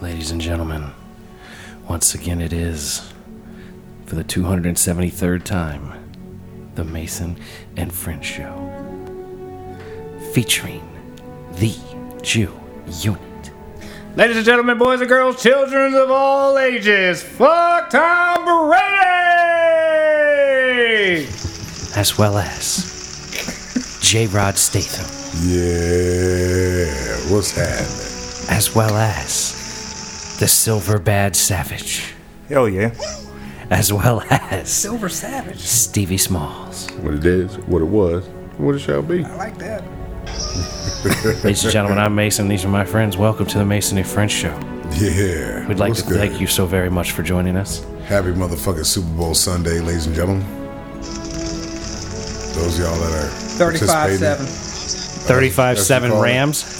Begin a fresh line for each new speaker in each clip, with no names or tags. ladies and gentlemen, once again it is, for the 273rd time, the Mason and Friend Show. Featuring the Jew Unit.
Ladies and gentlemen, boys and girls, children of all ages, fuck Tom Brady!
as well as J. Rod Statham,
Yeah, what's happening?
as well as the Silver Bad Savage,
Hell yeah.
as well as Silver Savage, Stevie Smalls.
What it is, what it was, what it shall be.
Ladies and gentlemen, I'm Mason. These are my friends. Welcome to the Mason and French Show.
Yeah.
We'd like
what's
to
good?
thank you so very much for joining us.
Happy motherfucking Super Bowl Sunday, ladies and gentlemen. Those of y'all that are
35 7.
35 7
call it.
Rams.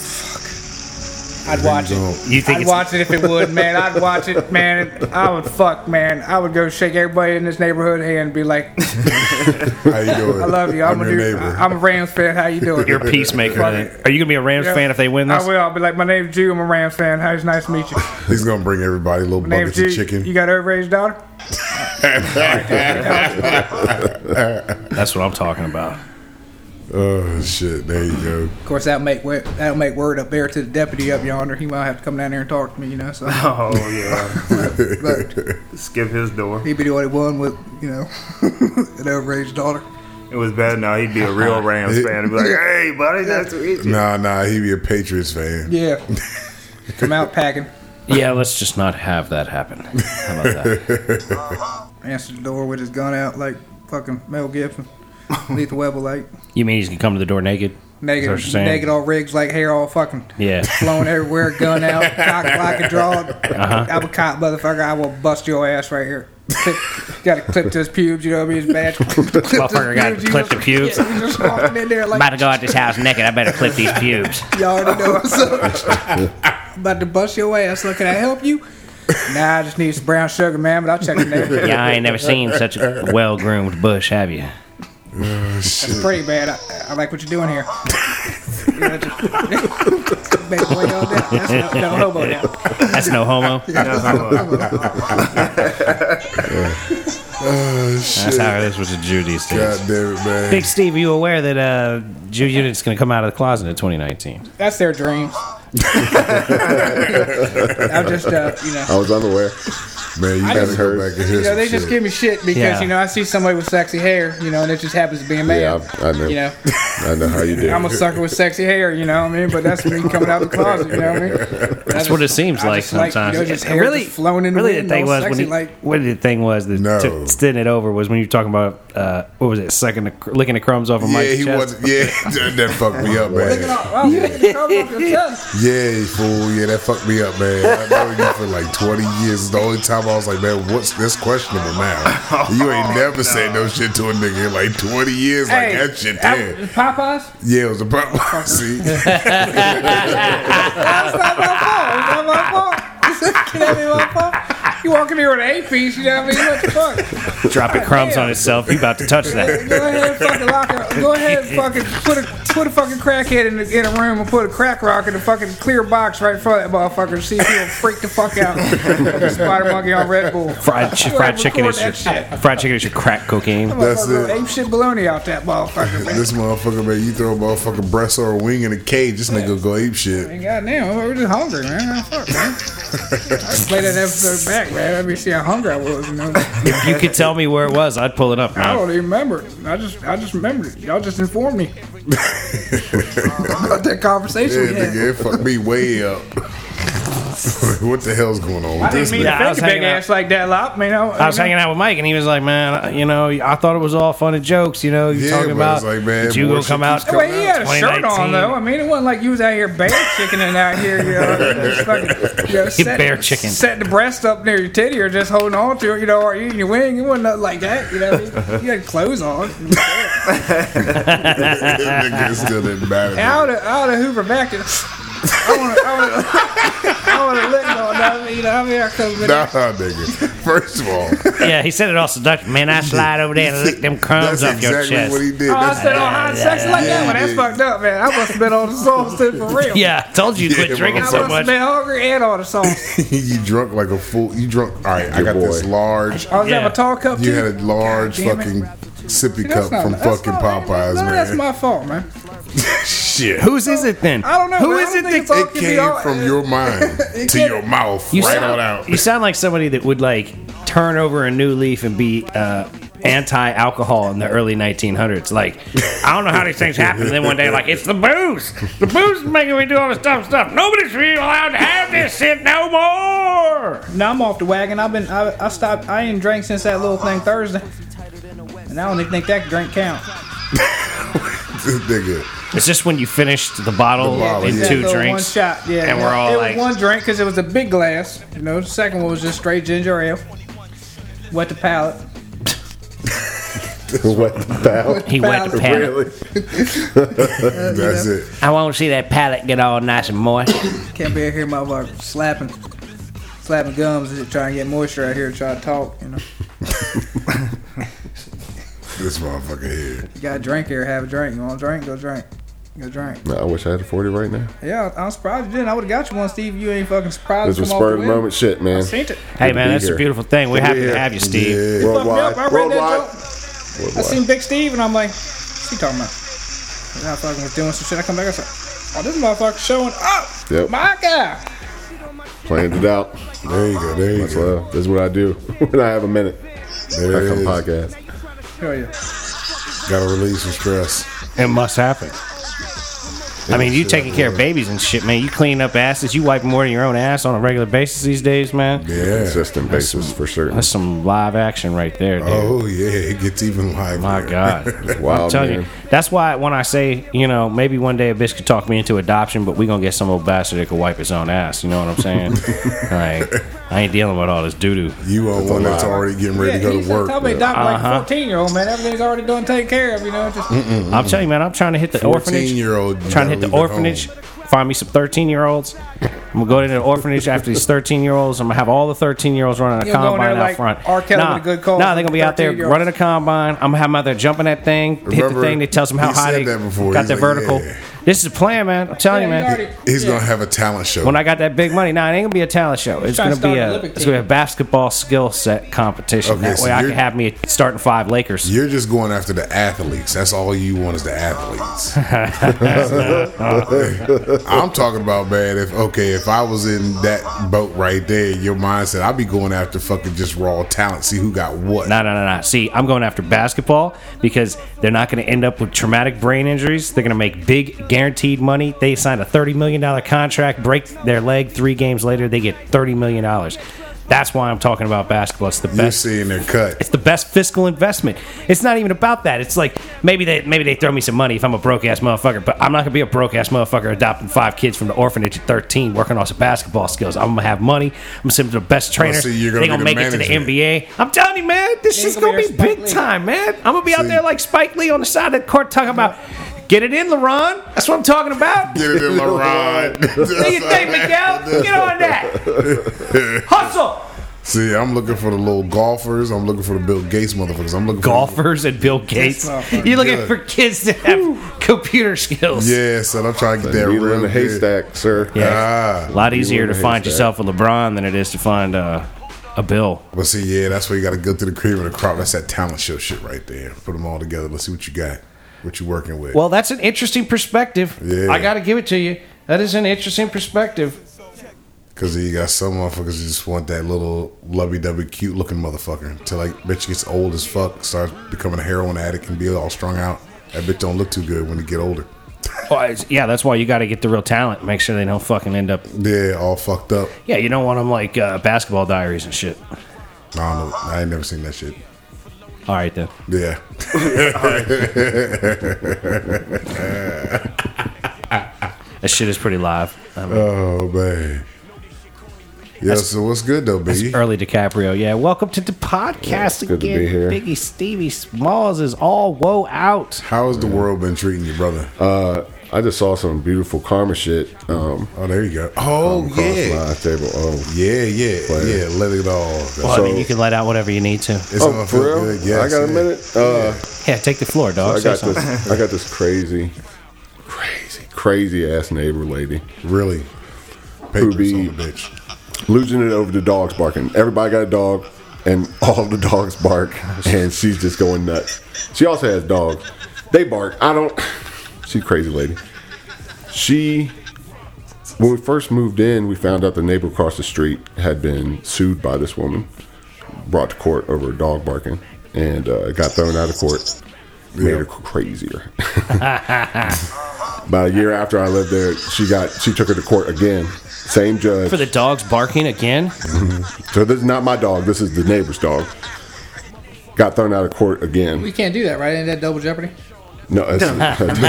I'd watch it.
You think
I'd
it's.
watch it if it would, man. I'd watch it, man. I would fuck, man. I would go shake everybody in this neighborhood hand and be like,
How you doing?
I love you. I'm,
I'm
a
your
dude.
neighbor.
I'm a Rams fan. How you doing?
You're a peacemaker.
Fuck
then.
it.
Are you going to be a Rams
Yeah.
fan if they win this?
I will. I'll be like, my name's Jew. I'm a Rams fan. How it's nice to meet you. My
He's gonna bring everybody little
name's
buckets
Jew.
of chicken.
You got overage daughter?
That's what I'm talking about.
oh shit, there you go.
Of course, that'll make wo- that'll make word up there to the deputy up yonder. He might have to come down there and talk to me, you know. So
Oh yeah. Skip his door.
he'd be the only one with, you know, an overage daughter.
It was bad. Now he'd be a real Rams fan. He'd be like, "Hey, buddy, that's what it is."
Nah, nah, he be a Patriots fan.
Yeah. come out packing.
Yeah, let's just not have that happen. How about that?
answered the door with his gun out like fucking Mel Gibson. Lethal Weapon like
You mean he's going to come to the door naked? Is that what
naked,
you're saying?
naked all rigs like hair all fucking
Yeah.
flowing everywhere, gun out, cock like a draw.
Uh-huh.
I'm a cop motherfucker. I will bust your ass right here. Clip, got a clip to his pubes, you know what I mean? His badge.
Motherfucker got clipped the pubes.
Yeah, just walking in there
I'm about
like
to go out this house naked. I better clip these pubes.
y'all already know what's up. I'm about to bust your ass. Look, can I help you? Nah, I just need some brown sugar, man. But I'll check the neighborhood.
Yeah, I ain't never seen such a well groomed bush, have you?
Oh,
It's pretty bad. I, I like what you're doing here. You know, just- Make way all down. That's no, no homo now.
That's no homo.
Oh shit.
That's how it is with the Jew these
God
days.
damn it, man.
Big Steve, are you aware that uh, Jew Unit's going to come out of the closet in 2019?
That's their dreams. I'm just, uh, you know.
I was unaware.
Man, you gotta
just-
go back and hear
You know,
some
they just
shit.
give me shit because,
Yeah.
you know, I see somebody with sexy hair, you know, and it just happens to be a man.
Yeah, I, I know.
You know,
I know how you do.
I'm a sucker with sexy hair, you know what I mean? But that's me coming out of the closet, you know what I mean? That's
That's what it seems like sometimes.
you know, just hair really, flowing in the
really,
wind,
the thing
all
was when
sexy,
he,
like,
what the thing was that
No.
took sitting it over was when you were talking about uh, what was it, sucking the, cr- licking the crumbs off of
yeah,
Mike's
he
chest.
wasn't. Yeah, that, that fucked me up, man.
Look at all, oh, yeah, you come off your chest.
Yeah, fool. Yeah, that fucked me up, man. I know you for like 20 years. It's the only time I was like, man, what's this questionable now? You
Oh,
ain't never said no shit to a nigga in like 20 years. Like, that shit
that-
there.
Popeyes?
Yeah, it was a problem. See?
That's not my fault. It's not my fault. Can that be my fault? You walk in here with an eight piece, you know what I mean? What the fuck?
dropping crumbs on itself. You about to touch that?
Go ahead and fucking lock it. up. Go ahead and fucking put a put a fucking crackhead in, the, in a room and put a crack rock in a fucking clear box right in front of that motherfucker and see if he'll freak the fuck out. Spider monkey on Red Bull.
Fried, ch-
Go ahead
fried
and
chicken
record
is your
that shit.
fried chicken is your crack cocaine.
That's
Motherfucker,
it.
Ape shit baloney out that motherfucker, man.
This motherfucker, man, you throw a motherfucking breast or a wing in a cage, this nigga go ape shit.
Goddamn, we're just hungry, man. Fuck, man. I played that episode back, man. Let me see how hungry I was. You know.
If you could tell me where it was, I'd pull it up.
I
Man.
don't even remember. it. I just I just remembered it. Y'all just informed me about that
Yeah,
conversation we had.
nigga, it fucked me way up. what the hell's going on with
I
this
didn't mean
Yeah,
nigga?
to
I
fake
was
a big
hanging out.
ass like that, lot. Man, I,
I was hanging out with Mike, and he was like, "Man, you know, I thought it was all fun and jokes. You know, you're
Yeah,
talking
but
about
it's like, man,
that you
more
gonna
shit
come
keeps
out."
coming.
Well, he had a shirt on
2019.
though. I mean, it wasn't like you was out here bare chickening out here. You know, just fucking, you know, set-
bare chicken.
setting the breast up near your titty or just holding on to it. You know, or eating your wing. It wasn't nothing like that. You know, you had clothes on.
nigga, it still didn't matter.
And I would have, I would have hoover back it. I want to, I want to, I want to lick on that. You you know, I mean, I could have been.
Nah, nigga. First of all,
Yeah, he said it all seductive. Man, I slide over there and lick them crumbs
that's
off your
exactly
chest.
what he did.
Oh, I
That's-
said, oh, hot sex like that? Well, that's
Yeah.
fucked up, man. I must have been on the sauce, too, for real.
yeah, I told you to quit
Yeah,
drinking
bro.
I
so
must have
much.
been hungry and on the sauce.
you drunk like a fool. You drunk. All right, I
Your
got this
boy.
large.
I was
Yeah.
having a tall cup,
You
too.
had a large
God damn
fucking
it.
sippy
That's
cup
not-
from
that's
fucking
not-
Popeyes,
no,
man.
That's my fault, man.
Shit.
Whose is it then?
I don't know,
Who
man. I
is it
don't think it's
that
all-
It
could be all-
came from your mind to
can't-
your mouth
you
right
sound,
on out.
You sound like somebody that would like turn over a new leaf and be uh, anti-alcohol in the early 1900s. Like, I don't know how these things happen. then one day, like, it's the booze. The booze is making me do all this dumb stuff. Nobody's really allowed to have this shit no more.
Now I'm off the wagon. I've been, I, I stopped, I ain't drank since that little thing Thursday. And I don't even think that drink count.
Nigga.
It's just when you finished the bottle,
The bottle,
in
Oh, yeah.
two
That little
drinks.
One shot, yeah.
and
yeah.
we're all
it
like-
was one drink because it was a big glass. You know, the second one was just straight ginger ale. Wet the palate.
Wet the palate.
He wet the palate.
Really?
That's it.
I want to see that palate get all nice and moist.
Can't be out here, motherfucker, slapping, slapping gums and trying to get moisture out here. Trying to talk, you know.
This motherfucker here.
You got a drink here, have a drink. You want a drink? Go drink. Go drink.
No, I wish I had a 40 right now.
Yeah, I'm surprised you didn't. I would have got you one, Steve. You ain't fucking surprised.
This was
come off
spur of the
whim.
moment shit, man.
Seen it.
hey,
to
man,
be
that's
here.
a beautiful thing. We're happy
Yeah.
to have you, Steve.
Yeah.
Fucked me up. I read
Worldwide.
that
Worldwide.
joke. I
Worldwide.
seen Big Steve and I'm like, what's he talking about? And I fucking was doing some shit. I come back, I said, oh, this motherfucker showing up.
Yep.
My guy.
Planned it out.
There you go. There you
That's
go.
love. That's what I do when I have a minute.
There
I
it
come
is.
podcast.
Hell yeah.
Gotta release some stress.
It must happen. I mean, you taking care of babies and shit, man. You clean up asses. You wipe more than your own ass on a regular basis these days, man.
Yeah.
Consistent basis for certain.
That's some live action right there, dude.
Oh yeah, it gets even livelier.
My God. I'm
Wild
telling
man.
you, that's why when I say, you know, maybe one day a bitch could talk me into adoption, but we gonna get some old bastard that could wipe his own ass. You know what I'm saying? like, I ain't dealing with all this doo doo.
You are one that's already getting ready
Yeah,
to go to
he's
work.
tell me, doc, like a 14 year old, man. Everything's already done taken care of, you know. Just,
I'm telling you, man, I'm trying to hit the orphanage.
year old
trying to hit the orphanage, find me some 13 year olds. I'm gonna go into the orphanage after these 13 year olds. I'm gonna have all the 13 year olds running a
You'll go in
combine
there
out
like
front.
R. Kelly
nah,
with a good call
Nah,
for
they're gonna be out there
13-year-olds.
running a combine. I'm gonna have them out there jumping that thing, hit the
Remember,
thing that tells them how
he
high
said
they
that before.
got
He's
their
like,
vertical.
yeah.
This is a plan, man. I'm telling you, man.
He's gonna have a talent show.
When I got that big money, nah, it ain't gonna be a talent show. It's
trying
gonna
to
be
start an
a
Olympic
it's gonna be a
team.
basketball skill set competition.
Okay,
that
so
way, I
you're-
can have me a starting five Lakers.
You're just going after the athletes. That's all you want is the athletes. I'm talking about man. If okay, if I was in that boat right there, your mindset, I'd be going after fucking just raw talent. See who got what.
No, no, no, no. See, I'm going after basketball because they're not going to end up with traumatic brain injuries. They're going to make big guaranteed money. They signed a $30 million contract, break their leg three games later, they get $30 million. That's why I'm talking about basketball. It's the
You're
best.
seeing their cut.
It's the best fiscal investment. It's not even about that. It's like maybe they maybe they throw me some money if I'm a broke ass motherfucker, but I'm not gonna be a broke ass motherfucker adopting five kids from the orphanage at 13, working on some basketball skills. I'm gonna have money. I'm gonna send them to the best trainer.
so you're gonna
they gonna
be
make
the
it to
manager.
the NBA. I'm telling you, man, this
You're
shit's
gonna
gonna
be
be
our Spike
big
Lee.
time, man. I'm gonna be out
See?
there like Spike Lee on the side of the court talking about. Get it in, LeBron. That's what I'm talking about.
Get it in my ride.
What do you think, Miguel? Get on that. Hustle.
See, I'm looking for the little golfers. I'm looking for the Bill Gates motherfuckers. I'm looking For
golfers and Bill Gates.
motherfucker.
You're looking
Yeah.
for kids that have computer skills.
yeah, so I'm trying to get that
Needle
real
in the
good.
haystack, sir.
Yeah. a
Ah.
lot easier to
wouldn't
find
hate
yourself a LeBron than it is to find uh, a Bill.
But see, yeah, that's where you got to go through the cream of the crop. That's that talent show shit right there. Put them all together. Let's see what you got. What you working with?
Well, that's an interesting perspective.
Yeah.
I got to give it to you. That is an interesting perspective.
Because you got some motherfuckers who just want that little lovey-dovey, cute-looking motherfucker. Until like bitch gets old as fuck, starts becoming a heroin addict and be all strung out. That bitch don't look too good when they get older.
Oh, it's- yeah, that's why you got to get the real talent. Make sure they don't fucking end up.
Yeah, all fucked up.
Yeah, you don't want them like uh, basketball diaries and shit.
No, I don't know. I ain't never seen that shit.
All right then.
Yeah,
That shit is pretty live. I mean,
Oh man. Yeah, so what's good though, baby?
early DiCaprio. Yeah, welcome to the podcast
good to
again.
be here.
Biggie Stevie Smalls is all woe out.
How has the world been treating you, brother?
Uh, I just saw some beautiful karma shit. Um,
Oh, there you go. Oh,
across
yeah.
my table. Oh,
Yeah, yeah, yeah. Let it all.
Well,
So-
I mean, you can let out whatever you need to.
It's
oh for real?
Yes,
I got a
yeah.
minute. Uh,
Yeah, take the floor, dog.
I
Say
got
something.
this. I got this crazy, crazy, crazy ass neighbor lady.
Really.
be-
Papers on the bitch.
losing it over the dogs barking. Everybody got a dog, and all the dogs bark, and she's just going nuts. She also has dogs. They bark. I don't. She's a crazy lady. She, when we first moved in, we found out the neighbor across the street had been sued by this woman, brought to court over a dog barking, and uh, got thrown out of court. Made her crazier. About a year after I lived there, she got she took her to court again. Same judge.
For the dogs barking again?
So this is not my dog. This is the neighbor's dog. Got thrown out of court
We
again.
can't do that, right? Ain't that double jeopardy?
No, it's,
No, no,
don't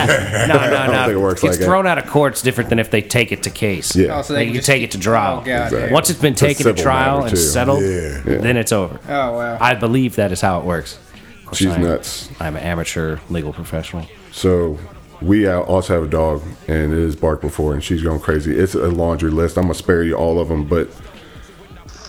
no.
think it works
it's
like that.
thrown out of court's different than if they take it to case.
Yeah.
Oh, so
They
they
can
just-
take it to trial.
Oh, God.
Exactly.
Once it's been
a
taken to
civil
trial
matter,
and
too.
settled,
Yeah.
then it's over.
Oh, wow.
I believe that is how it works. Of course,
she's
I am-
nuts.
I'm an amateur legal professional.
So we uh, also have a dog, and it has barked before, and she's going crazy. It's a laundry list. I'm gonna spare you all of them, but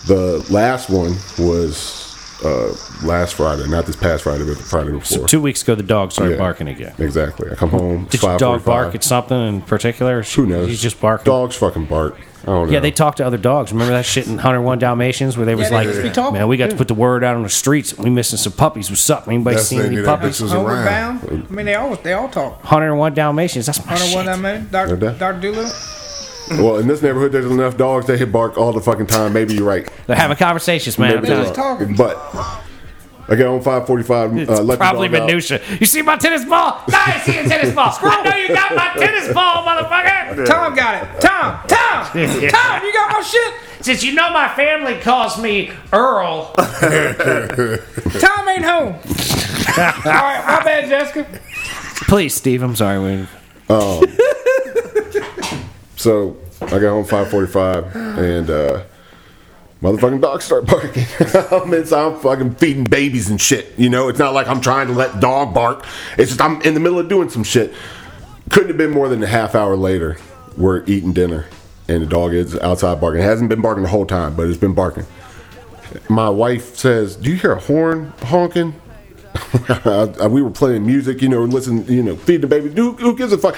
the last one was uh, last Friday, not this past Friday, but the Friday before.
Two weeks ago, the dog started
Yeah.
barking again.
Exactly. I come home.
Did your dog
5:45.
bark at something in particular? or she-
Who knows?
He's just barking.
Dogs fucking bark. I don't know.
Yeah, they talk to other dogs. Remember that shit in 101 Dalmatians where they was
they
like,
just be talking.
"Man, we got to put the word out on the streets. We missing some puppies. What's up? Anybody
That's
seen
the
any
that
puppies?"
bitch was around.
Homeward bound? I mean, they all they all talk.
101 Dalmatians. That's
Oh,
my
I don't know
shit.
what I mean.
No
Doctor
doubt.
Doctor Doolittle.
Well, in this neighborhood, there's enough dogs. They hit bark all the fucking time. Maybe you're right.
They're having conversations, man. I'm
Maybe
they
you're
telling
just
you.
right.
talking.
But I got on 545.
It's
uh, let the
probably
dog out.
minutia. You see my tennis ball? No, I see a tennis ball. I know you got my tennis ball, motherfucker.
Tom got it. Tom, Tom, Tom, you got my shit.
Since you know my family calls me Earl,
Tom ain't home. all right, my bad, Jessica.
please, Steve. I'm sorry. We,
So I got home 545 and uh, motherfucking dogs start barking. I'm inside. I'm fucking feeding babies and shit. You know, it's not like I'm trying to let dog bark. It's just I'm in the middle of doing some shit. Couldn't have been more than a half hour later. We're eating dinner and the dog is outside barking. It hasn't been barking the whole time, but it's been barking. my wife says, "Do you hear a horn honking?" Uh, we were playing music, you know, listen, you know, feed the baby. Who, who gives a fuck?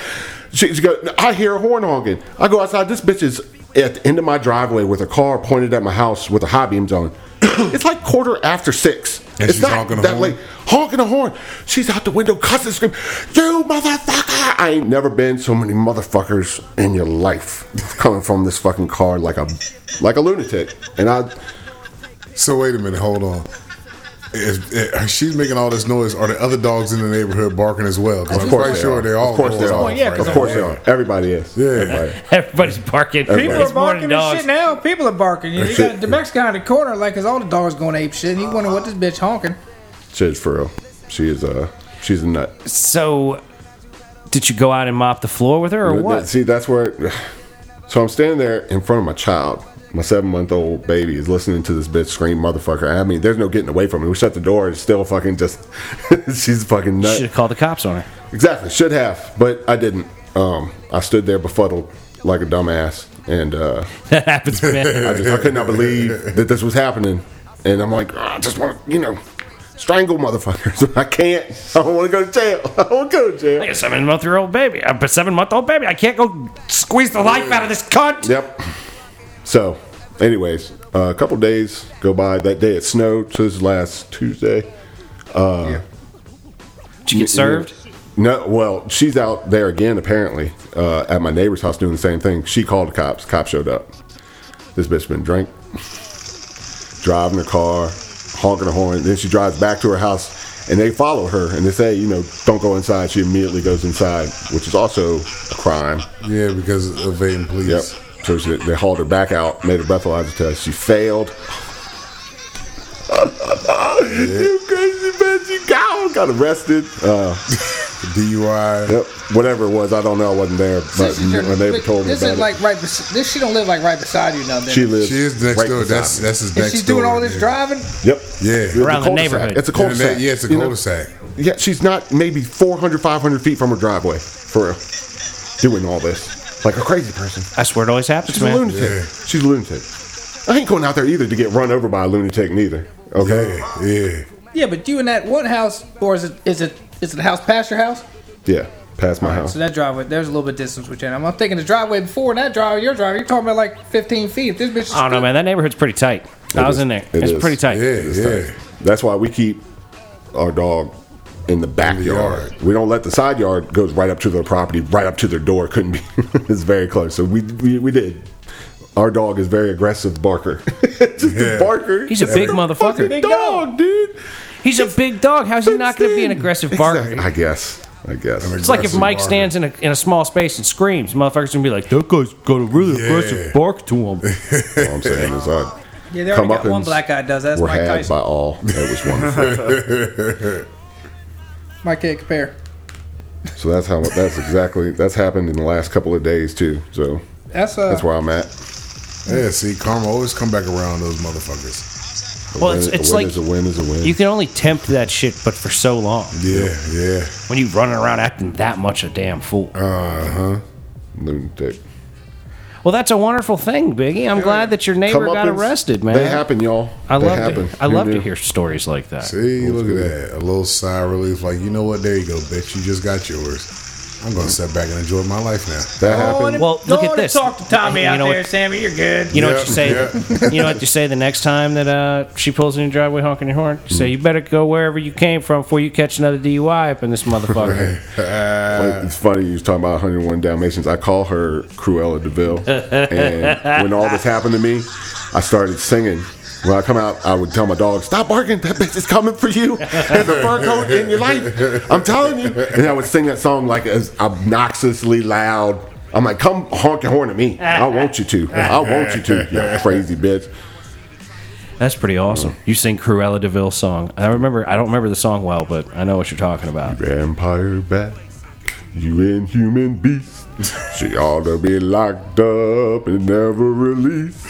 She, she goes, I hear a horn honking. I go outside. This bitch is at the end of my driveway with a car pointed at my house with the high beams on. it's like quarter after six.
And
it's
she's honking a
that
horn?
late. Honking a horn. She's out the window cussing, screaming, "You motherfucker!" I ain't never been so many motherfuckers in your life coming from this fucking car like a like a lunatic. And I
So wait a minute, hold on. If, if she's making all this noise, are the other dogs in the neighborhood barking as well? 'Cause I'm quite sure they're all.
Of course they
going
are.
off
yeah,
right
of
now.
course they are. Everybody is.
Yeah.
Everybody.
everybody's barking.
People
People
It's
are
more
barking
than
and
dogs.
shit now. People are barking. You, you got the Mexican out of the corner, like, cause all the dogs going ape shit. And he wondering what this bitch honking.
She's for real. She is a. She's a nut.
So, did you go out and mop the floor with her, or what?
See, that's where. So I'm standing there in front of my child. My seven month old baby is listening to this bitch scream, motherfucker. I mean, there's no getting away from it. We shut the door and it's still fucking just. she's fucking nut.
Should have called the cops on her.
Exactly, should have, but I didn't. Um, I stood there befuddled like a dumbass, and uh,
That happens, man.
I, just, I could not believe that this was happening. And I'm like, "Ah, I just want to, you know, strangle motherfuckers. I can't. I don't want to go to jail. I don't want to go
I
to jail.
got a seven month year old baby. I'm a seven month old baby. I can't go squeeze the life out of this cunt.
Yep. So, anyways, uh, a couple days go by. That day it snowed, so this is last Tuesday.
Did you get served?
No, well, she's out there again apparently uh, at my neighbor's house doing the same thing. She called the cops. Cops showed up. This bitch been drink, driving her car, honking the horn. Then she drives back to her house, and they follow her and they say, you know, don't go inside. She immediately goes inside, which is also a crime.
Yeah, because of evading police.
Yep. So she, they hauled her back out, made a breathalyzer test. She failed. you crazy bitch! You got got arrested. Uh,
DUI.
Yep. Uh, Whatever it was, I don't know. I wasn't there, but
This is your-
my neighbor told me
this
about
is
it.
like right. Bes- this she don't live like right beside you now. Then.
she lives.
She is next
right
door.
beside
That's
me.
that's his
and
next
she's
door.
doing all this
yeah.
driving.
Yep.
Yeah.
Around the
cul-de-sac.
neighborhood.
It's a
Yeah,
cul-de-sac.
yeah, it's a
you know?
cul-de-sac.
Yeah, she's not maybe 400, 500 feet from her driveway for real. doing all this like a crazy person.
That's where it always happens,
She's a
man.
lunatic.
Yeah.
She's a lunatic. I ain't going out there either to get run over by a lunatic, neither. Okay.
Yeah, yeah.
Yeah, but you in that one house, or is it is it is it a house past your house?
Yeah. Past my house.
So that driveway, there's a little bit distance between them. I'm thinking the driveway before and that driveway, your driveway, you're talking about like 15 feet. If this bitch is
I don't know, man. That neighborhood's pretty tight. I was
is.
in there.
It
it's
is.
pretty tight.
Yeah,
It's
yeah.
tight. That's why we keep our dog in the backyard.
yard.
We don't let the side yard goes right up to their property, right up to their door. Couldn't be. it's very close. So we we, we did. Our dog is very aggressive barker. Just
Yeah.
a barker.
He's a big motherfucker.
Big dog, dude.
He's a big dog. How's he not going to be an
Thin.
aggressive
Exactly.
barker?
I guess. I guess.
mean,
It's like if
aggressive
Mike
barker.
stands in a, in a small space and screams, motherfuckers gonna be like, "That guy's got a really
Yeah.
aggressive bark to him."
That's all I'm saying is I
Yeah, they already got one black guy does that. That's
We're
Mike
had
Tyson.
by all. That was wonderful.
Mike can't compare.
so that's how. That's exactly. That's happened in the last couple of days too. So
That's uh,
that's where I'm at.
Yeah, see, karma always come back around those motherfuckers.
Well, it's,
Win-
it's
a win
like
is a win is a win.
you can only tempt that shit, but for so long.
Yeah, yeah.
When you running around acting that much a damn fool.
lunatic.
Well, that's a wonderful thing, Biggie. I'm glad that your neighbor got
and-
arrested, man.
They happen, y'all.
I
they
love
happen.
to. I
Who
love
knew?
to hear stories like that.
See, look at that. A little sigh of relief. Like, you know what? There you go, bitch. You just got yours. I'm going to step back and enjoy my life now.
That happened.
Well,
go
look
on
at
and
this.
talk to Tommy
You
out
know what-
there, Sammy. You're good.
You know
Yeah,
what you say.
yeah.
You know what you say the next time that uh, she pulls in your driveway honking your horn. You say you better go wherever you came from before you catch another DUI up in this motherfucker.
Like, it's funny you was talking about 101 Dalmatians. I call her Cruella Deville. and when all this happened to me, I started singing. When I come out, I would tell my dog, "Stop barking! That bitch is coming for you and the fur coat in your life. I'm telling you." And I would sing that song like as obnoxiously loud. I'm like, "Come honk your horn at me! I want you to! I want you to! You crazy bitch!"
That's pretty awesome. You sing Cruella Deville song. I remember. I don't remember the song well, but I know what you're talking about.
Vampire bat, you inhuman beast. She ought to be locked up and never released.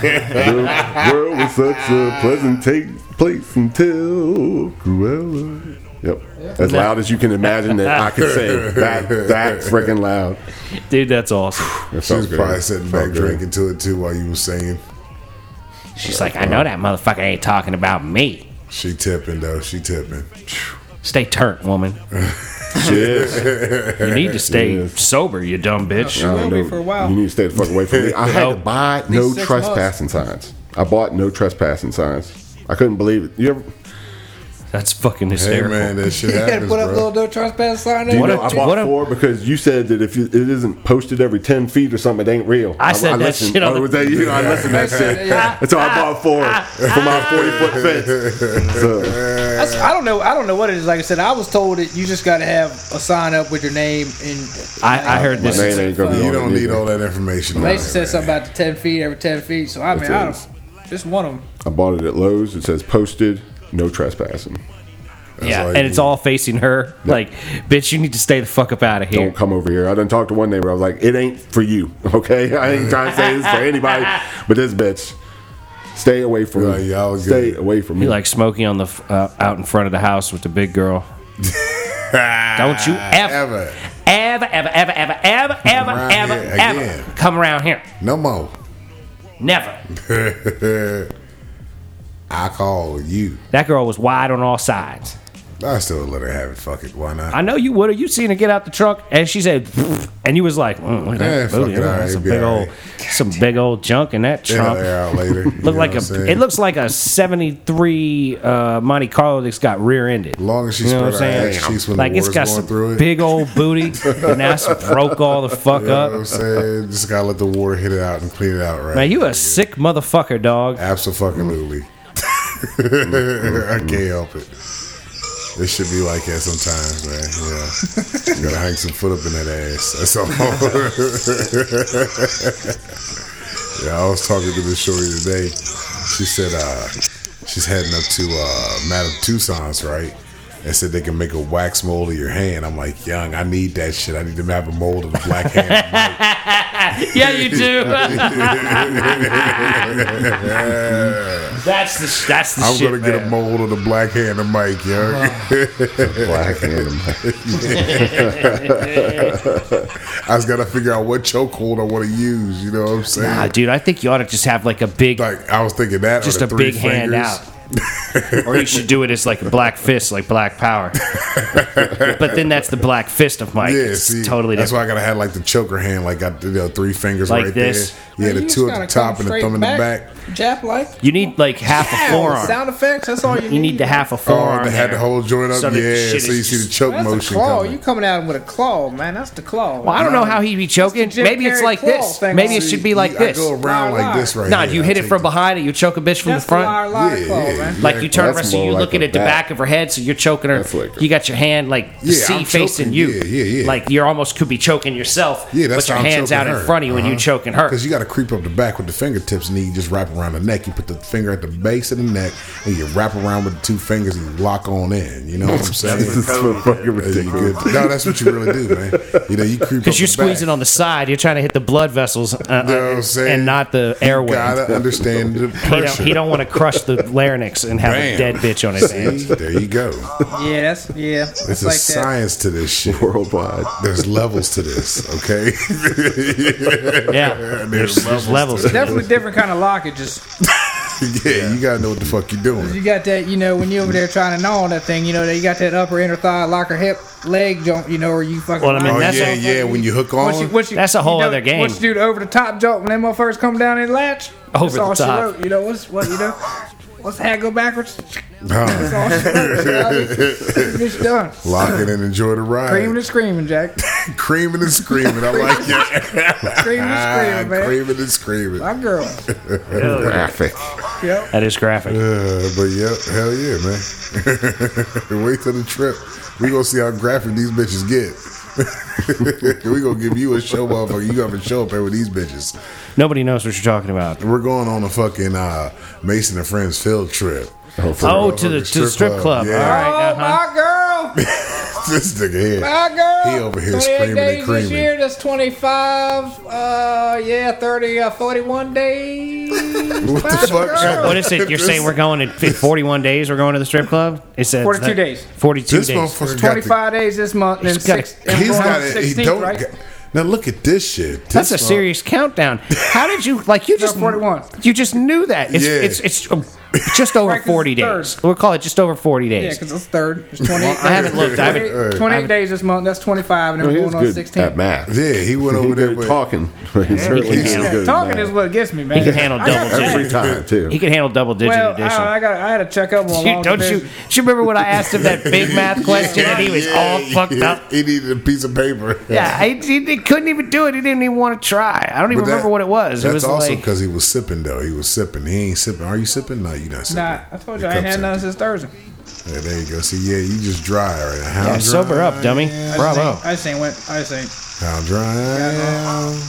the world was such a pleasant ta- place until Cruella. Yep. As loud as you can imagine that I could say. That that's freaking loud.
Dude, that's awesome.
That
She
felt
was probably
good.
sitting
Felt
back
good.
drinking to it, too, while you were singing.
She's like, I know that motherfucker ain't talking about me.
She tipping, though. She tipping.
Stay turnt, woman.
Yes.
You need to stay
Yes.
sober, you dumb bitch.
I
will be
know.
for a while.
You need to stay the fuck away from me. I had to
Nope.
buy no
six
trespassing signs. I bought no trespassing signs. I couldn't believe it. You ever
That's fucking
Hey,
hysterical.
man, that shit
You gotta
happens,
put up little
bro.
no trespass sign
Do
there.
you
What
know,
a-
I bought
what a-
four because you said that if you, it isn't posted every ten feet or something, it ain't real.
I said that
listened.
shit on
Oh,
the-
was that you? I listened to that shit. That's why I bought four for my forty
Ah.
foot fence. So,
That's, I don't know. I don't know what it is. Like I said, I was told that you just gotta have a sign up with your name. And
I, I heard
my
this.
name ain't gonna be
You
on
don't
it
need
either.
all that information.
they
on it,
said
man.
something about the 10 feet every 10 feet. So I mean,
It
I
is.
don't. Just one of them.
I bought it at Lowe's. It says posted, no trespassing.
yeah,
all
and
you
it's
need.
all facing her. Like, bitch, you need to stay the fuck up out of here.
Don't come over here. I done talked to one neighbor. I was like, it ain't for you. Okay, I ain't trying to say this for anybody, but this bitch, stay away from
You're
me.
like, y'all
stay
good.
away from me.
You like Smokey on the f- uh, out in front of the house with the big girl. Don't you ever,
Ever.
ever, ever, ever, ever, ever, ever,
around
ever,
here again.
ever come around here.
No more.
Never.
I call you.
That girl was wide on all sides.
I still let her have it. Fuck it. Why not?
I know you would have. You seen her get out the trunk, and she said, "Pfft," and you was like, mm, look at
Eh,
that
fuck
booty.
it,
Ooh,
all
That's a
right, be
big
all
old, some big old junk in that
They'll
trunk.
air out later. You know
Look like
what I'm
a.
saying?
It looks like a '73 uh, Monte Carlo that's got rear-ended.
Long as she
You know what I'm
spread her
saying?
ass cheeks when
like
the
it's
water's
got
going
some
through it.
big old booty, and that's broke all the fuck
you know what
up.
I'm saying? Just gotta let the water hit it out and clean it out right.
Man, you a sick motherfucker, dog.
Absolutely. I
Mm-hmm.
can't help it. It should be like that sometimes, man. Yeah. You gotta hang some foot up in that ass. That's all. yeah, I was talking to this shorty today. She said uh, she's heading up to uh, Madame Tussauds, right? And said they can make a wax mold of your hand. I'm like, young, I need that shit. I need to have a mold of the black hand.
Yeah, you do. That's the that's the
I'm
shit.
gonna get
man.
a mold of the black hand of Mike, yo.
Black animal.
I just gotta figure out what chokehold I want to use. You know what I'm saying?
Ah, dude, I think you ought to just have like a big,
like I was thinking that, or
just
the
a
three
big hand
fingers.
out. or you should do it as like a black fist, like black power. but then that's the black fist of Mike.
Yeah,
it's
see,
totally
That's why
different.
I gotta have like the choker hand, like got you know, three fingers
Like
right
this?
there. Yeah,
You
the
just
two at the
gotta
top
come
and the
straight
thumb in the back.
Jap like.
You need like half a forearm.
Sound effects. That's all you need.
You need to half a
Oh,
forearm.
they had
there.
the whole joint up.
So that the
yeah,
shit
so
is
you see the
just-
choke
That's
motion
a claw.
coming.
You coming at him with a claw, man? That's the claw.
Well, I don't know how he'd be choking.
It's the Jim
Maybe it's
Carrey
like
claw
this.
thing.
Maybe it
See,
should be like
I
this.
go around
Nah,
like
nah.
this right
Nah,
here.
you
I
hit it
take
from
the-
behind and you choke a bitch from
That's
the front.
liar, liar claw,
Yeah,
man.
yeah,
Like you turn
That's
around, so
more
you're
like
looking
the
at the
back.
back of her head, so you're choking her.
That's like-
you got your hand like the
Yeah,
C
I'm
facing
choking.
you.
Yeah, yeah, yeah.
Like you're almost could be choking yourself.
Yeah, that's
but your
how I'm
hands
choking
out
her.
in front of you when you're
Uh-huh.
choking her.
Because you got to creep up the back with the fingertips, and then you just wrap around the neck. You put the finger at the base of the neck, and you wrap around with the two fingers, and you lock on in. You know what I'm saying?
This is so fucking
Yeah, you
ridiculous.
good. No, that's what you really do, man. You know, you creep
Because you're squeezing on the side, you're trying to hit the blood vessels uh, uh,
You know what I'm saying?
and not the airway.
Gotta understand the
He don't,
pressure.
he don't want to crush the larynx and have a
Bam.
dead bitch on his hands.
See? There you go.
Yeah, that's yeah.
It's
It's
a
like that.
science to this shit.
Worldwide.
There's levels to this, okay?
Yeah, there's,
There's
there's levels. to it.
Definitely different kind of lockages.
yeah, you gotta know what the fuck you're doing.
You got that, you know, when you over there trying to gnaw on that thing, you know, that you got that upper inner thigh locker hip leg jump, you know, or you fucking.
Well, I mean,
Oh
lock-
that's
yeah,
all
yeah. When you hook
Once you,
on,
once you,
That's a whole
you know,
other game.
Once you do the over the top jump when them motherfuckers come down and latch,
Over
that's
the
all she
top.
wrote, you know, what's what you know, what's the hat go backwards?
huh,
That's all she wrote. Bitch done.
lock it and enjoy the ride.
Creaming and screaming, Jack.
Creaming and screaming. I like it.
Creaming and screaming, man.
Creaming and screaming.
My girl.
Graphic.
Yep.
That is graphic.
Uh, but yeah, hell yeah, man. Wait till the trip. We gonna see how graphic these bitches get. we gonna give you a show, motherfucker. You gonna have a show up here with these bitches.
Nobody knows what you're talking about.
We're going on a fucking uh, Mason and Friends field trip.
Oh, to the, to the strip club.
Yeah.
All right.
Oh,
Uh-huh.
my girl.
this nigga here.
My girl.
He over here
28
screaming and
days This
creaming.
year, that's 25. Uh, yeah, 30, uh, 41 days.
What the
My
fuck?
girl.
What is it? You're saying we're going in fif- 41 days? We're going to the strip club? It says
42 days.
42
This
days.
motherfucker got
25 days this month and
He's got
six.
it.
the,
and
He's
going
got
to
it. He
16th,
don't.
right?
Get, now look at this shit.
That's a
This
serious countdown. How did you like? You just
41.
You just knew that. It's
Yeah.
it's it's um, just over
Right, 'cause
forty
it's third.
days. We'll call it just over forty
Yeah,
days.
because it's third. It's 28.
I haven't looked. I haven't.
28,
I haven't-
days this month. That's 25, and then
Well,
we're
he was
going on
good
16.
at math.
Yeah, he went over there
good
with-
talking. He
can
certainly is
handle-
good at
Talking
math.
is what gets me, man.
can handle
I got
double
that.
digits.
every time too.
He can handle double digit
Well, uh,
addition.
I, I got. I had to check up on. long
you, don't you? Do
division.
you remember when I asked him that big math question and he was all fucked up?
He needed a piece of paper.
Yeah, he, he, he couldn't even do it. He didn't even want to try. I don't even
But that-
remember what it was. It
That's
was
also
like
because he was sipping though. He was sipping. He ain't sipping. Are you sipping? No, you not sipping.
Nah, I told you
Your
I ain't
cup's
had none
empty.
since Thursday.
Yeah, there you go. See, yeah, you just dry right now. How
yeah,
dry
sober up, dummy.
I just
Bravo.
ain't- I just ain't went. I just ain't.
How dry I am.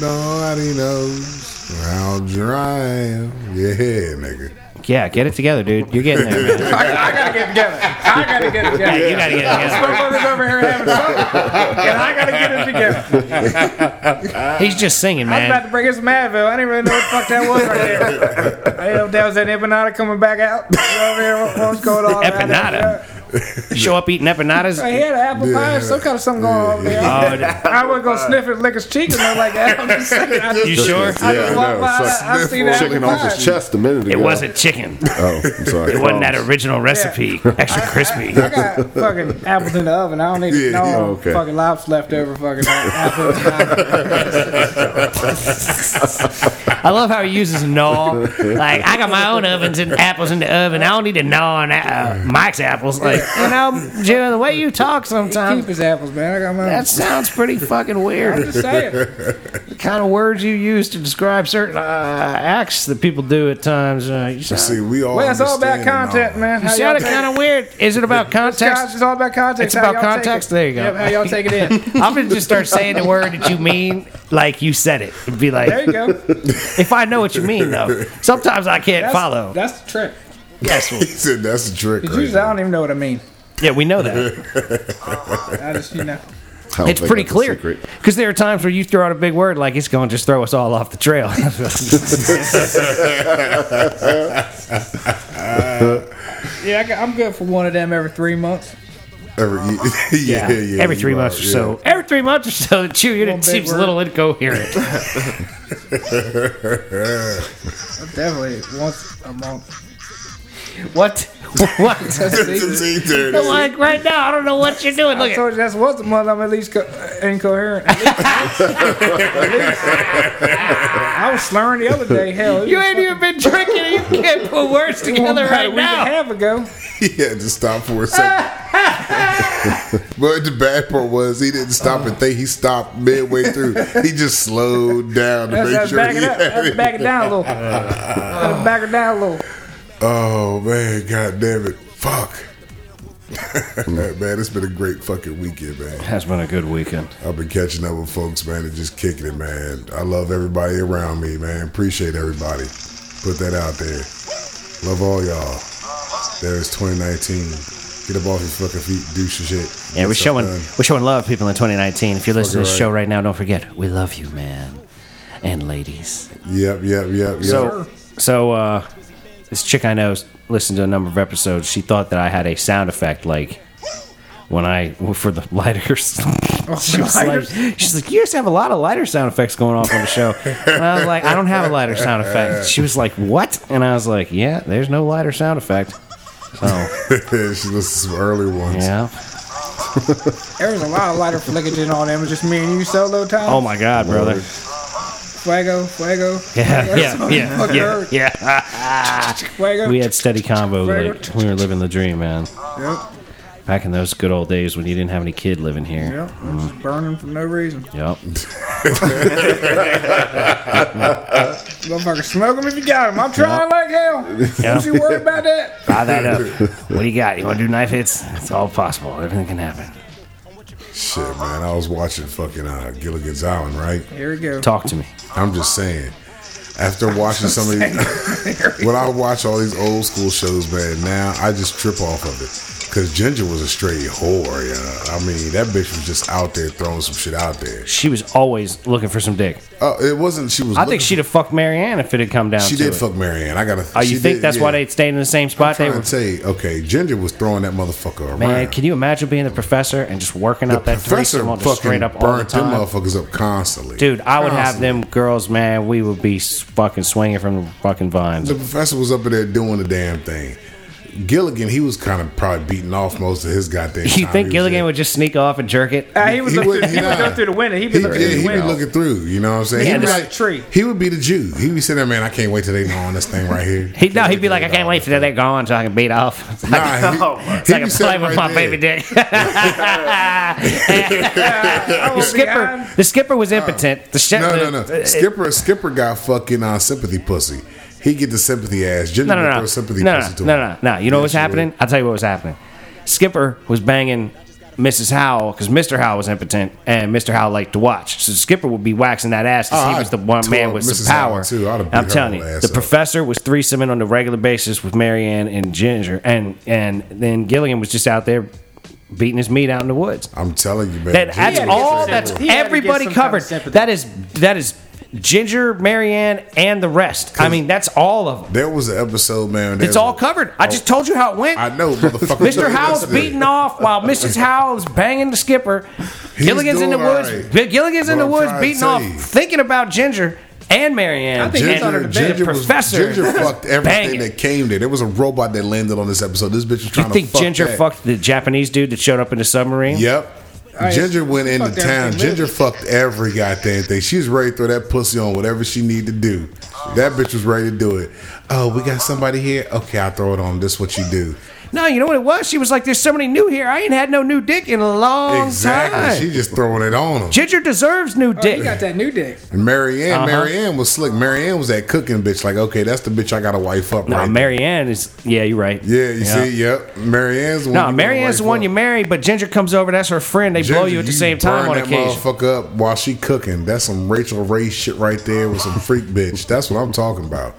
Nobody knows how dry I am. Yeah, nigga.
Yeah, get it together, dude. You're getting there, man.
I, I gotta get together. I gotta get together.
Yeah, you gotta get it together.
Motherfuckers over here having fun, and I gotta get it together.
He's just singing,
I was about to
man.
bring in some Advil. I didn't really know what the fuck that was right there. I didn't know if that was that empanada coming back out. You know what I mean? What- what was going on? out there?
Empanada? You show up eating
I
empanadas.
had an apple pie, some kind of something going on over there.
Oh, d-
I wasn't gonna sniff his liquor's cheek or nothing like that. I'm just saying. I,
you sure?
I
Yeah, I
just walked
know.
by.
Suck
I, I seen that
Chicken
apple
off
pie.
his chest a minute ago.
It wasn't chicken.
Oh, I'm sorry.
It wasn't that original recipe. Extra crispy.
I got fucking apples in the oven. I don't need
Yeah,
no
yeah,
okay.
fucking lobs left over. Fucking apples.
I love how he uses gnaw. Like I got my own ovens and apples in the oven. I don't need to gnaw on uh, Mike's apples. Like you know, Joe, the way you talk
Keep
sometimes.
his apples, man. I got my.
That sounds pretty fucking
I'm
weird.
just saying.
The kind of words you use to describe certain uh, acts that people do at times. Uh, you sound,
See, we all.
Well, it's all about
understand and
content,
all.
man.
you
How y'all
sounded
take
kind of weird. Is it about
Guys,
context?
it's all about context.
It's
how
about
y'all take
context.
it.
There you go.
Yep, how y'all take it in.
I'm gonna just start saying the word that you mean, like you said it. It'd be like,
There you go. That's,
if I know what you mean, though. Sometimes I can't follow.
That's the trick.
Yes, well,
He said that's the trick.
Because
right Oh
usually I don't even know what I mean.
yeah, we know that.
I just, you know.
don't
It's
think
pretty
that's a
clear
secret.
because there are times where you throw out a big word like it's going to just throw us all off the trail.
Yeah, I am good for one of them every three months.
Every yeah, yeah, yeah
every
you
three
are,
months or
yeah.
so. Every three months or so, chew
One
unit
big
seems a
word.
little incoherent.
Definitely once a month.
what? What?
See, there it
I'm
is.
like right now, I don't know what you're doing. Look
I
at
told you that's once a month. I'm at least co- incoherent. At least- at least. I was slurring the other day. Hell, it
you
was
ain't even been drinking. and You can't put words
fucking
together
about a
right
week and
now.
a half ago.
Yeah, just stop for a second. but the bad part was he didn't stop and think. He stopped midway through. He just slowed down to
That's,
make
that's
sure
back
he
it up.
had
That's
it.
back it down a little. That's back it down a little.
Oh man, god damn it. Fuck. man, it's been a great fucking weekend, man.
Has been a good weekend.
I've been catching up with folks, man, and just kicking it, man. I love everybody around me, man. Appreciate everybody. Put that out there. Love all y'all. There's 2019. Get up off your fucking feet, do some shit.
Yeah, we're
Get stuff
showing
done.
we're showing love, people, in 2019. If you're listening to this
right.
show right now, don't forget we love you, man, and ladies.
Yep, yep, yep, yep.
So, so uh, this chick I know listened to a number of episodes. She thought that I had a sound effect like when I for the lighters. she was like, she's like, you guys have a lot of lighter sound effects going off on the show. And I was like, I don't have a lighter sound effect. She was like, what? And I was like, yeah, there's no lighter sound effect. So
she listened to some early ones.
yeah.
There was a lot of lighter flickering on them. It was just me and you solo time.
Oh my God, brother.
Fuego, fuego.
Yeah,
fuego.
yeah, yeah, yeah, yeah.
Fuego.
We had steady combo.
Right.
Like, we were living the dream, man.
Yep.
Back in those good old days when you didn't have any kid living here.
Yep, it was burning for no reason.
Yep.
Motherfucker, smoke them if you got them. I'm trying like hell. Don't you worry about that.
Buy that up. What do you got? You want to do knife hits? It's all possible. Everything can happen.
Shit, man. I was watching fucking uh, Gilligan's Island, right?
Here we go.
Talk to me.
I'm just saying. After watching some of these, when I watch all these old school shows, man, now I just trip off of it. Cause Ginger was a straight whore, yeah. I mean, that bitch was just out there throwing some shit out there.
She was always looking for some dick.
Uh, it wasn't. She was.
I
looking-
think she'd have fucked Marianne if it had come down.
She
to
did
it.
fuck Marianne. I gotta.
Oh, you
she
think
did,
that's
yeah.
why they stayed in the same spot? They
Trying
were.
to tell you, okay, Ginger was throwing that motherfucker around.
Man, can you imagine being the professor and just working out that
Professor
threesome all just straight
fucking
up all the
burnt them
time?
motherfuckers up constantly.
Dude, I would have
Constantly.
them girls, man. We would be s- fucking swinging from the fucking vines.
The professor was up in there doing the damn thing. Gilligan, he was kind of probably beating off most of his goddamn.
You
time.
think
He was
Gilligan
there.
would just sneak off and jerk it?
Uh, he was
He
looking,
would-
he was
nah.
going through the window. He'd
He,
be looking
yeah,
through
he be
the window.
looking through. You know what I'm saying?
Yeah,
He'd be
this-
like-
tree.
He would be the Jew. He would be sitting there, man. I can't wait till they know on this thing right here.
He, no, he'd be like, I can't wait till they're gone so I can beat off. It's like,
Nah, he-
oh, so I can
he'd be
play
sitting
with
right
my
there.
baby dick.
I
The
won't be
skipper,
behind.
the skipper was impotent. The ship,
No, no, no. Skipper, Skipper got fucking uh, sympathy pussy. He get the sympathy ass. Ginger
no, no,
would
no,
throw
no,
sympathy
no,
pussy to
no,
him.
no, no. You know what was
she would.
happening? I'll tell you what was happening. Skipper was banging Mrs. Howell because Mr. Howell was impotent and Mr. Howell liked to watch. So Skipper would be waxing that ass because
Oh,
he
Ah,
I'd
was the one man
tore
with
Mrs.
some
Howell,
power.
too. I'd have beat
I'm
her
telling you,
whole ass
the
up.
professor was threesoming on a regular basis with Marianne and Ginger, and and then Gilligan was just out there beating his meat out in the woods.
I'm telling you, man.
That, that's
had to get
all.
some
That's
sympathy. He had to get
everybody
some kind of
covered.
sympathy.
that is that is Ginger, Marianne, and the rest. I mean, that's all of them.
There was an episode, man.
It's all covered. I just told you how it went.
I know, motherfucker.
Mr. Howell's
Listen.
beating off while Mrs. Howell's banging the skipper. Gilligan's in the
doing all
woods.
right.
Bi- Gilligan's in
But
the
I'm
woods
trying to
beating
tell
off,
you.
thinking about Ginger and Marianne.
I think
and
it's under the bed.
the
Ginger, was,
professor.
Ginger fucked everything
banging.
that came there. There was a robot that landed on this episode. This bitch was
Do
trying
you think
to fuck
Ginger
that.
fucked the Japanese dude that showed up in the submarine?
Yep.
right,
Ginger went into
fucked
town.
everything
Ginger fucked every goddamn thing. She was ready to throw that pussy on whatever she needed to do. That bitch was ready to do it. Oh, we got somebody here. Okay, I'll throw it on. This what you do.
No, you know what it was? She was like, "There's somebody new here. I ain't had no new dick in a long time."
Exactly. She just throwing it on him.
Ginger deserves new
Oh,
dick.
you got that new dick.
And Marianne,
Uh-huh.
Marianne was slick. Marianne was that cooking bitch. Like, okay, that's the bitch I got to wife up.
no,
right
Marianne is. Yeah, you're right.
there. Yeah, you see, yep. Marianne's the one. you
No,
wanna
Marianne's the
wife
one
up.
you marry, but Ginger comes over. That's her friend. They blow
Ginger,
you at the same time
burn
on
that
occasion.
motherfucker up while she cooking. That's some Rachel Ray shit right there with some freak bitch. That's what I'm talking about.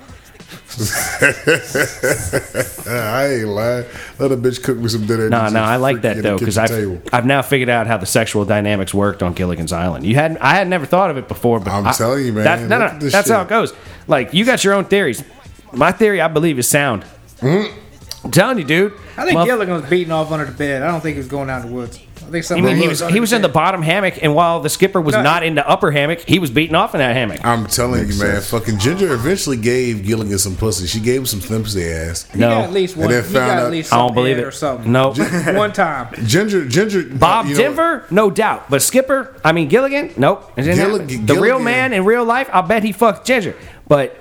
I ain't lying. Let a bitch cook me some dinner. and
No,
just
no, I like
freak
that
in the
though because
kitchen
I've
table.
I've now figured out how the sexual dynamics worked on Gilligan's Island. You had I had never thought of it before, but
I'm
I-
telling you, man,
that's, no,
look
no,
at this
that's how
shit.
it goes. Like you got your own theories. My theory, I believe, is sound.
Mm-hmm.
I'm telling you, dude.
I think
Motherf-
Gilligan was beating off under the bed. I don't think he was going out in the woods. I think
You
something.
mean he was he was in the bottom hammock, and while the skipper was
No.
not in the upper hammock, he was beating off in that hammock.
I'm telling you, man. Fucking Ginger eventually gave Gilligan some pussy. She gave him some thimpsy ass.
He
No.
got at least
And
one. He
then found
got
out-
at least
I
some
don't believe
head
it.
or something.
No.
one time.
Ginger, Ginger,
Bob
you know-
Denver, no doubt, but Skipper, I mean Gilligan, nope. It didn't
Gilli-
happen. the
Gilligan-
real man in real life, I bet he fucked Ginger, but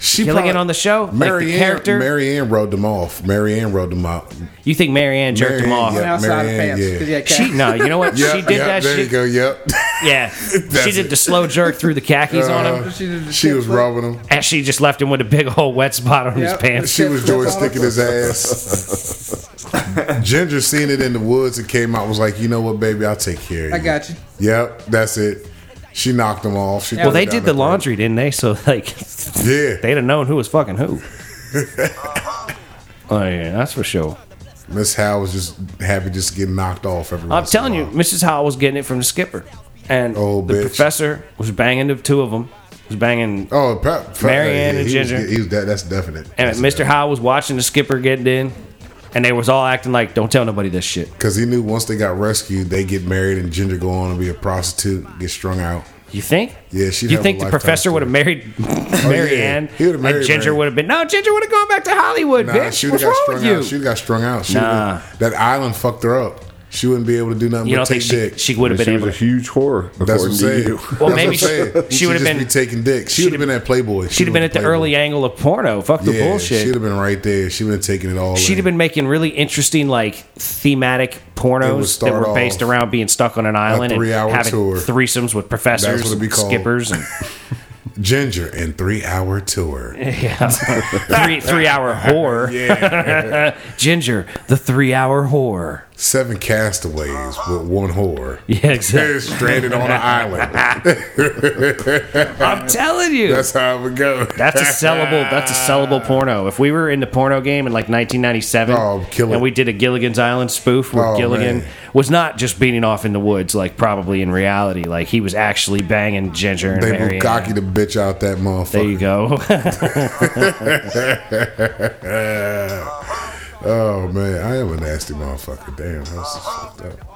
she
Gilligan
probably-
on the show, like the
Marianne-
character?
Marianne rode them off. Marianne rode them out.
you think Marianne jerked him
Marianne,
off?
yeah.
outside
man,
of pants.
yeah.
'cause he had
She
khakis.
no, you know what?
Yep,
she did
yep,
that
There
shit.
you go. Yep.
Yeah, she did the slow jerk through the khakis on him,
Uh,
She did the
she was
tip flip.
robbing him.
and she just left him with a big old wet spot on his
Yep.
pants.
She was
Tip flip
joysticking his ass. Ginger seen it in the woods and came out. Was like, you know what, baby, I'll take care of you.
I got you.
Yep, that's it. She knocked him off. She
Well,
threw
they
him down
did the
road.
laundry, didn't they? So like,
Yeah,
they'd have known who was fucking who. Oh yeah, that's for sure.
Miss Howe was just happy just to get knocked off every.
I'm
once in a
telling you,
while.
Mrs. Howell was getting it from the skipper, and
Oh,
the
bitch.
professor was banging the two of them. Was banging,
Oh, Pat, Pat-
Marianne and
he was-
Ginger.
he was that. That's definite.
and Mr. Howell was watching the skipper getting in, and they was all acting like, "Don't tell nobody this shit."
Because he knew once they got rescued, they get married and Ginger go on and be a prostitute, get strung out.
You think?
Yeah, she'd
You
have a
think the
lifetime
professor
story. Oh,
would have married Mary
yeah.
Ann?
He would've
and
married
Ginger
Mary.
would have been no. Ginger would have gone back to Hollywood,
Nah, she
bitch.
would
What's
have got
wrong with
strung
you?
out. She would have got strung out. She would've-
Nah.
that island fucked her up. She wouldn't be able to do nothing
you
but
don't
take
think she,
dick.
she would have
she
been
was
able?
a huge whore,
That's what
according
I'm
to
saying.
you.
Well,
That's
maybe she-
what I'm saying.
she
She'd
would've
just
been-
be taking dick. She would have been at Playboy.
She'd have been at the early
Playboy.
angle of porno. Fuck the
Yeah,
bullshit.
she'd have been right there. She'd been taking it all.
She'd have
in.
been making really interesting, like thematic
It would
pornos that
start
were
off
based around being stuck on an island and
three-hour
having
tour.
threesomes with
That's
professors,
what it'd be
and
called.
skippers, and
Ginger and three hour tour.
yeah, three three hour whore. Ginger, the three hour whore.
Seven castaways with one whore.
Yeah, exactly.
They're stranded on an island.
I'm telling you,
That's how it would go.
That's a sellable. That's a sellable porno. If we were in the porno game in like 1997,
Oh, kill it.
and we did a Gilligan's Island spoof where
Oh,
Gilligan
man.
was not just beating off in the woods, like probably in reality, like he was actually banging Ginger and
They
Mary
Bukaki
Ann.
the bitch out that
There you
motherfucker.
go.
Oh man, I am a nasty motherfucker. Damn, that's just fucked up.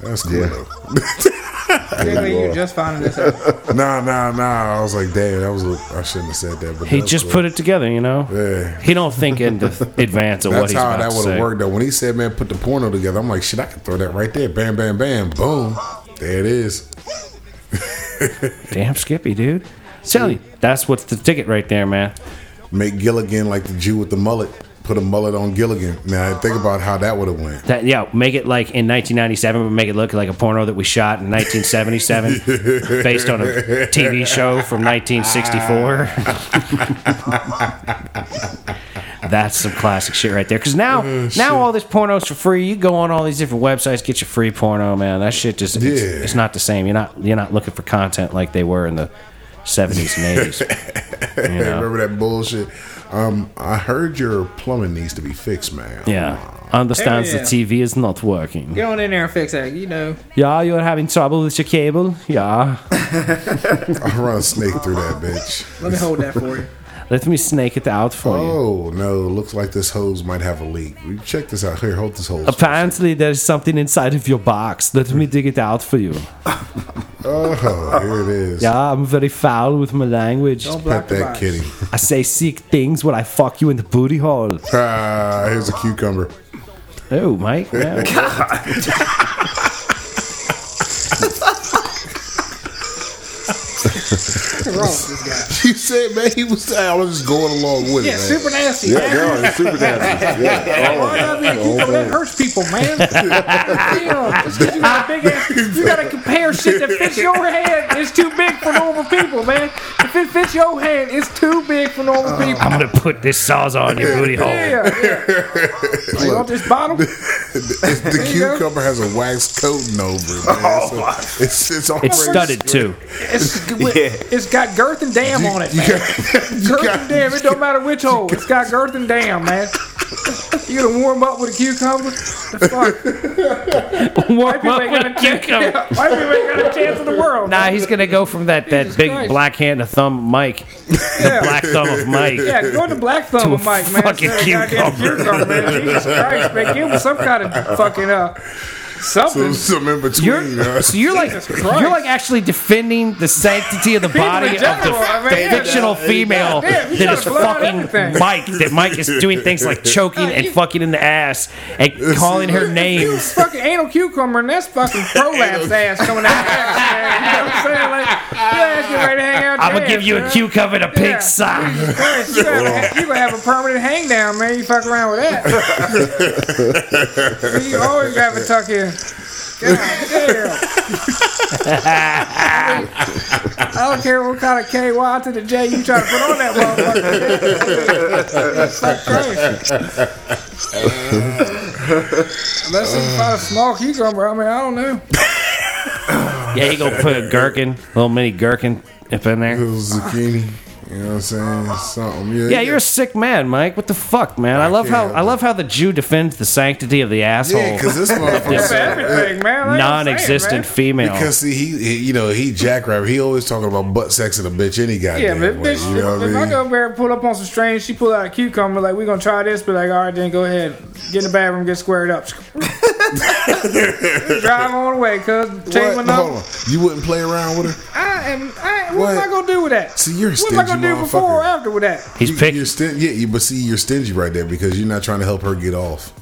That's cool
Clearly, you're just finding this out.
though. Nah, nah, nah. I was like, damn, that was a, I shouldn't have said that. But
he
that's
just
cool.
put it together, you know.
Yeah.
He don't think in the advance of what
That's
he's
how
about
that
to
would have
say.
worked though. When he said, "Man, put the porno together," I'm like, "Shit, I can throw that right there." Bam, bam, bam, boom. There it is.
Damn Skippy, dude. Tell you, that's what's the ticket right there, man.
Make Gilligan like the Jew with the mullet. Put a mullet on Gilligan. Now think about how that would have went.
That yeah, make it like in 1997, but make it look like a porno that we shot in 1977, based on a TV show from 1964.
Ah.
That's some classic shit right there. Because now,
Oh,
now all this porno's for free. You go on all these different websites, get your free porno, man. That shit just it's,
Yeah.
it's not the same. You're not you're not looking for content like they were in the 70s and 80s. You
Hey,
know?
remember that bullshit? Um, I heard your plumbing needs to be fixed, man.
Yeah, understands
Yeah.
the TV is not working.
Get on in there and fix that. You know,
Yeah, you're having trouble with your cable. Yeah.
I run a snake through that bitch.
let me hold that for you.
Let me snake it out for you.
Oh no! Looks like this hose might have a leak. We Check this out. Here, hold this hose.
Apparently, there's something inside of your box. Let me dig it out for you.
Oh, here it is.
Yeah, I'm very foul with my language.
Don't block
Pet
the
that
box.
kitty.
I say sick things when I fuck you in the booty hole.
Ah, here's a cucumber.
Oh, Mike. no.
What's wrong with this guy?
You said, man, he was. I was just going along with it.
Yeah,
Man.
super nasty.
Yeah,
man.
no, it's super nasty. Yeah, all of
Why
it.
not be a cucumber? That hurts people, man. Damn, just 'cause you got a big ass, you gotta compare shit that fits your head. It's too big for normal people, man. If it fits your head, it's too big from
Oh,
normal people.
I'm gonna put this saws on your booty hole.
Yeah, yeah. you want this bottle?
It's- the
you go. Oh,
cucumber has a wax coating over it. Man. so it's, it's, all
It's
very
studded too.
It's, it's got girth and dam on it.
You
Man.
got- you
Girth
got-
and dam. It don't matter which hole. It's got girth and dam, man. You gonna warm up with a cucumber? The fuck?
Warm
White people
up
ain't got a
with a cucumber.
Yeah, white people ain't got a chance in the world.
Nah,
man.
he's gonna go from that that
Jesus
big
Christ.
black hand to thumb Mike, the
Yeah.
black thumb of Mike.
Yeah, go to Black Thumb with Mike, man.
fucking
Instead of goddamn
cucumber.
cucumber, man. Jesus Christ, man. Give him some kind of fucking uh, something.
some, some in between.
You're,
huh?
so you're like
uh, Jesus Christ.
you're like actually defending the sanctity of the
People
body
in
of the
general, I mean, yeah,
fictional female
Goddamn, you
that
gotta
is
blur out
fucking
everything.
Mike. That Mike is doing things like choking and fucking in the ass and calling her
You
names.
fucking anal cucumber, and that's fucking prolapse ass coming out. There, man. You know what I'm saying? Like, yeah, that's your way to hang out.
I'm
your
gonna give
ass,
you a
man.
cucumber and a
Yeah.
pig sock.
Christ, You gonna have- you gonna have a permanent hang down, man. You fuck around with that. you always have a tuck in. God damn. I don't care what kind of KY to the J you try to put on that motherfucker. Fuck Christ. Unless it's about a small cucumber, I mean, I don't know.
Yeah, you gonna put a gherkin, little mini gherkin up in there.
Little zucchini. You know what I'm saying? Something. Yeah,
Yeah, you're a sick man, Mike. What the fuck, man? I love how
can't
I love how the Jew defends the sanctity of the
Yeah,
asshole,
because this
This
For
motherfucker.
everything, man. Like I'm saying,
non-existent
man.
female.
Because see, he, he, you know, he jackrabbit. He always talking about butt sex and a bitch any
Yeah,
goddamn
but
way.
bitch,
you know
if,
what
if
I
I
mean?
go over there and pull up on some strange, she pull out a cucumber, like, we gonna try this, but like, all right, then go ahead. Get in the bathroom, get squared up. Drive on away, cuz. Change my
What? Hold
number.
on. You wouldn't play around with her?
I am, I, what, am I
What?
gonna do with that?
See, you're a
What am I
stingy
gonna do before or
motherfucker.
after with that?
He's
you,
picky.
You're stin- yeah, you, but see, you're stingy right there because you're not trying to help her get off.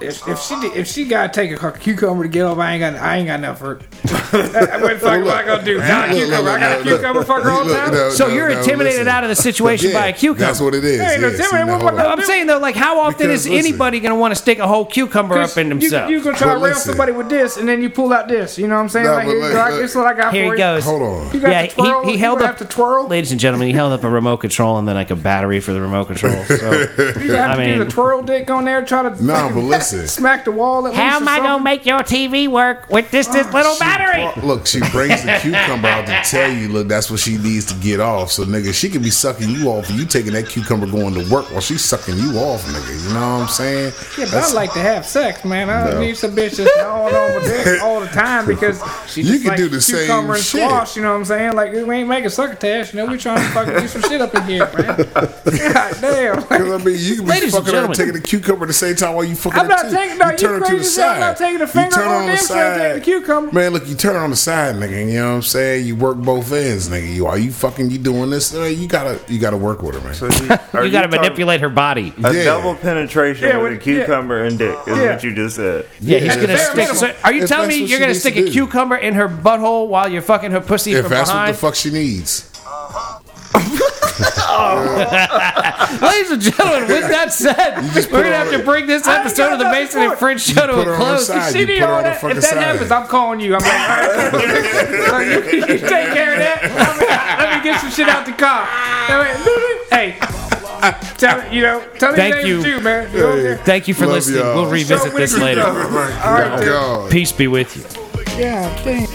If, if she did, if she gotta take a cucumber to get off, I ain't got I ain't got enough for it. I, I wouldn't fuck what I gonna do. Not a
Look,
cucumber. I got a
look, look,
cucumber
look.
fucker all the
Look,
time.
no,
so
no,
you're
no,
intimidated
listen.
out of the situation
Yeah,
by a cucumber.
That's what it is.
Hey,
yeah,
no,
see,
Timmy,
now,
what
hold
my-
on.
I'm saying though, like how often
Because
is
listen-
anybody gonna want to stick a whole cucumber up in himself?
You, you gonna try
But
to rail
listen.
somebody with this, and then you pull out this. You know what I'm saying?
No,
like,
but
here you
look,
go. I-
look.
This is what I got
Here
for
he
you.
goes.
Hold on.
You got
yeah,
to twirl.
he, he
you
held
gonna
up
have to twirl.
Ladies and gentlemen, he held up a remote control and then like a battery for the remote control. So
You gonna have
I
to do
mean-
the twirl dick on there. Try to
No,
fucking
but listen.
smack the wall. At
how
least
am I
or
gonna
something.
make your TV work with this this little battery?
Look, she brings the cucumber out to tell you, look, that's what she needs to get off. So, nigga, she could be sucking you off and you taking that cucumber going to work while she's sucking you off, nigga. You know what I'm saying?
Yeah, but I
That's-
like to have sex, man. I don't need some bitches all over dick all the time because she
You
just
can
like
do the same
cucumber and
shit.
squash. You know what I'm saying? Like we ain't making succotash. You know we trying to fucking do some shit up in here, man. God damn.
'Cause, I mean, you can be
Ladies and
fucking her and
gentlemen.
taking the cucumber at the same time while you fucking
I'm
her
not
too.
taking- no, you
turn her to
crazy
the
as hell. I'm
side.
not taking the
You
finger
turn her
or
on the
damn sure I'm taking
side.
the cucumber.
Man, look, you turn her on the side, nigga. You know what I'm saying? You work both ends, nigga. You are you fucking you doing this? uh, You gotta you gotta work with her, man.
So you, are
You gotta
talking-
manipulate her body.
A
Yeah.
double penetration
Yeah,
with a
with- yeah.
cucumber and dick is
Yeah.
what you just said.
Yeah, he's
Yeah,
gonna
that's
stick.
what-
So are you
if
telling
that's
me
what
you're
she
gonna
needs
stick
to
a
do.
cucumber in her butthole while you're fucking her pussy
if
from
that's what
behind?
the fuck she needs.
Ladies and gentlemen, with that said,
just
we're
put
gonna
her
have to
on-
bring this
I ain't
episode
got
of the
nothing
Basement
for
and
it.
Friends show
put
to
her
a
on her
close.
side.
She
You
did
put her
all
on the
that. If
fucking
that
side.
happens, I'm calling you. I'm like, all right, So you, you take care of that. I mean, let me get some shit out the car. I mean, hey, tell me, you know, tell me
Thank
your name
you.
is you, man. You know, yeah.
Thank you for
Love
listening.
y'all.
We'll revisit
Show me
this
the
later.
All right, Oh God.
Peace be with you.
Yeah, damn.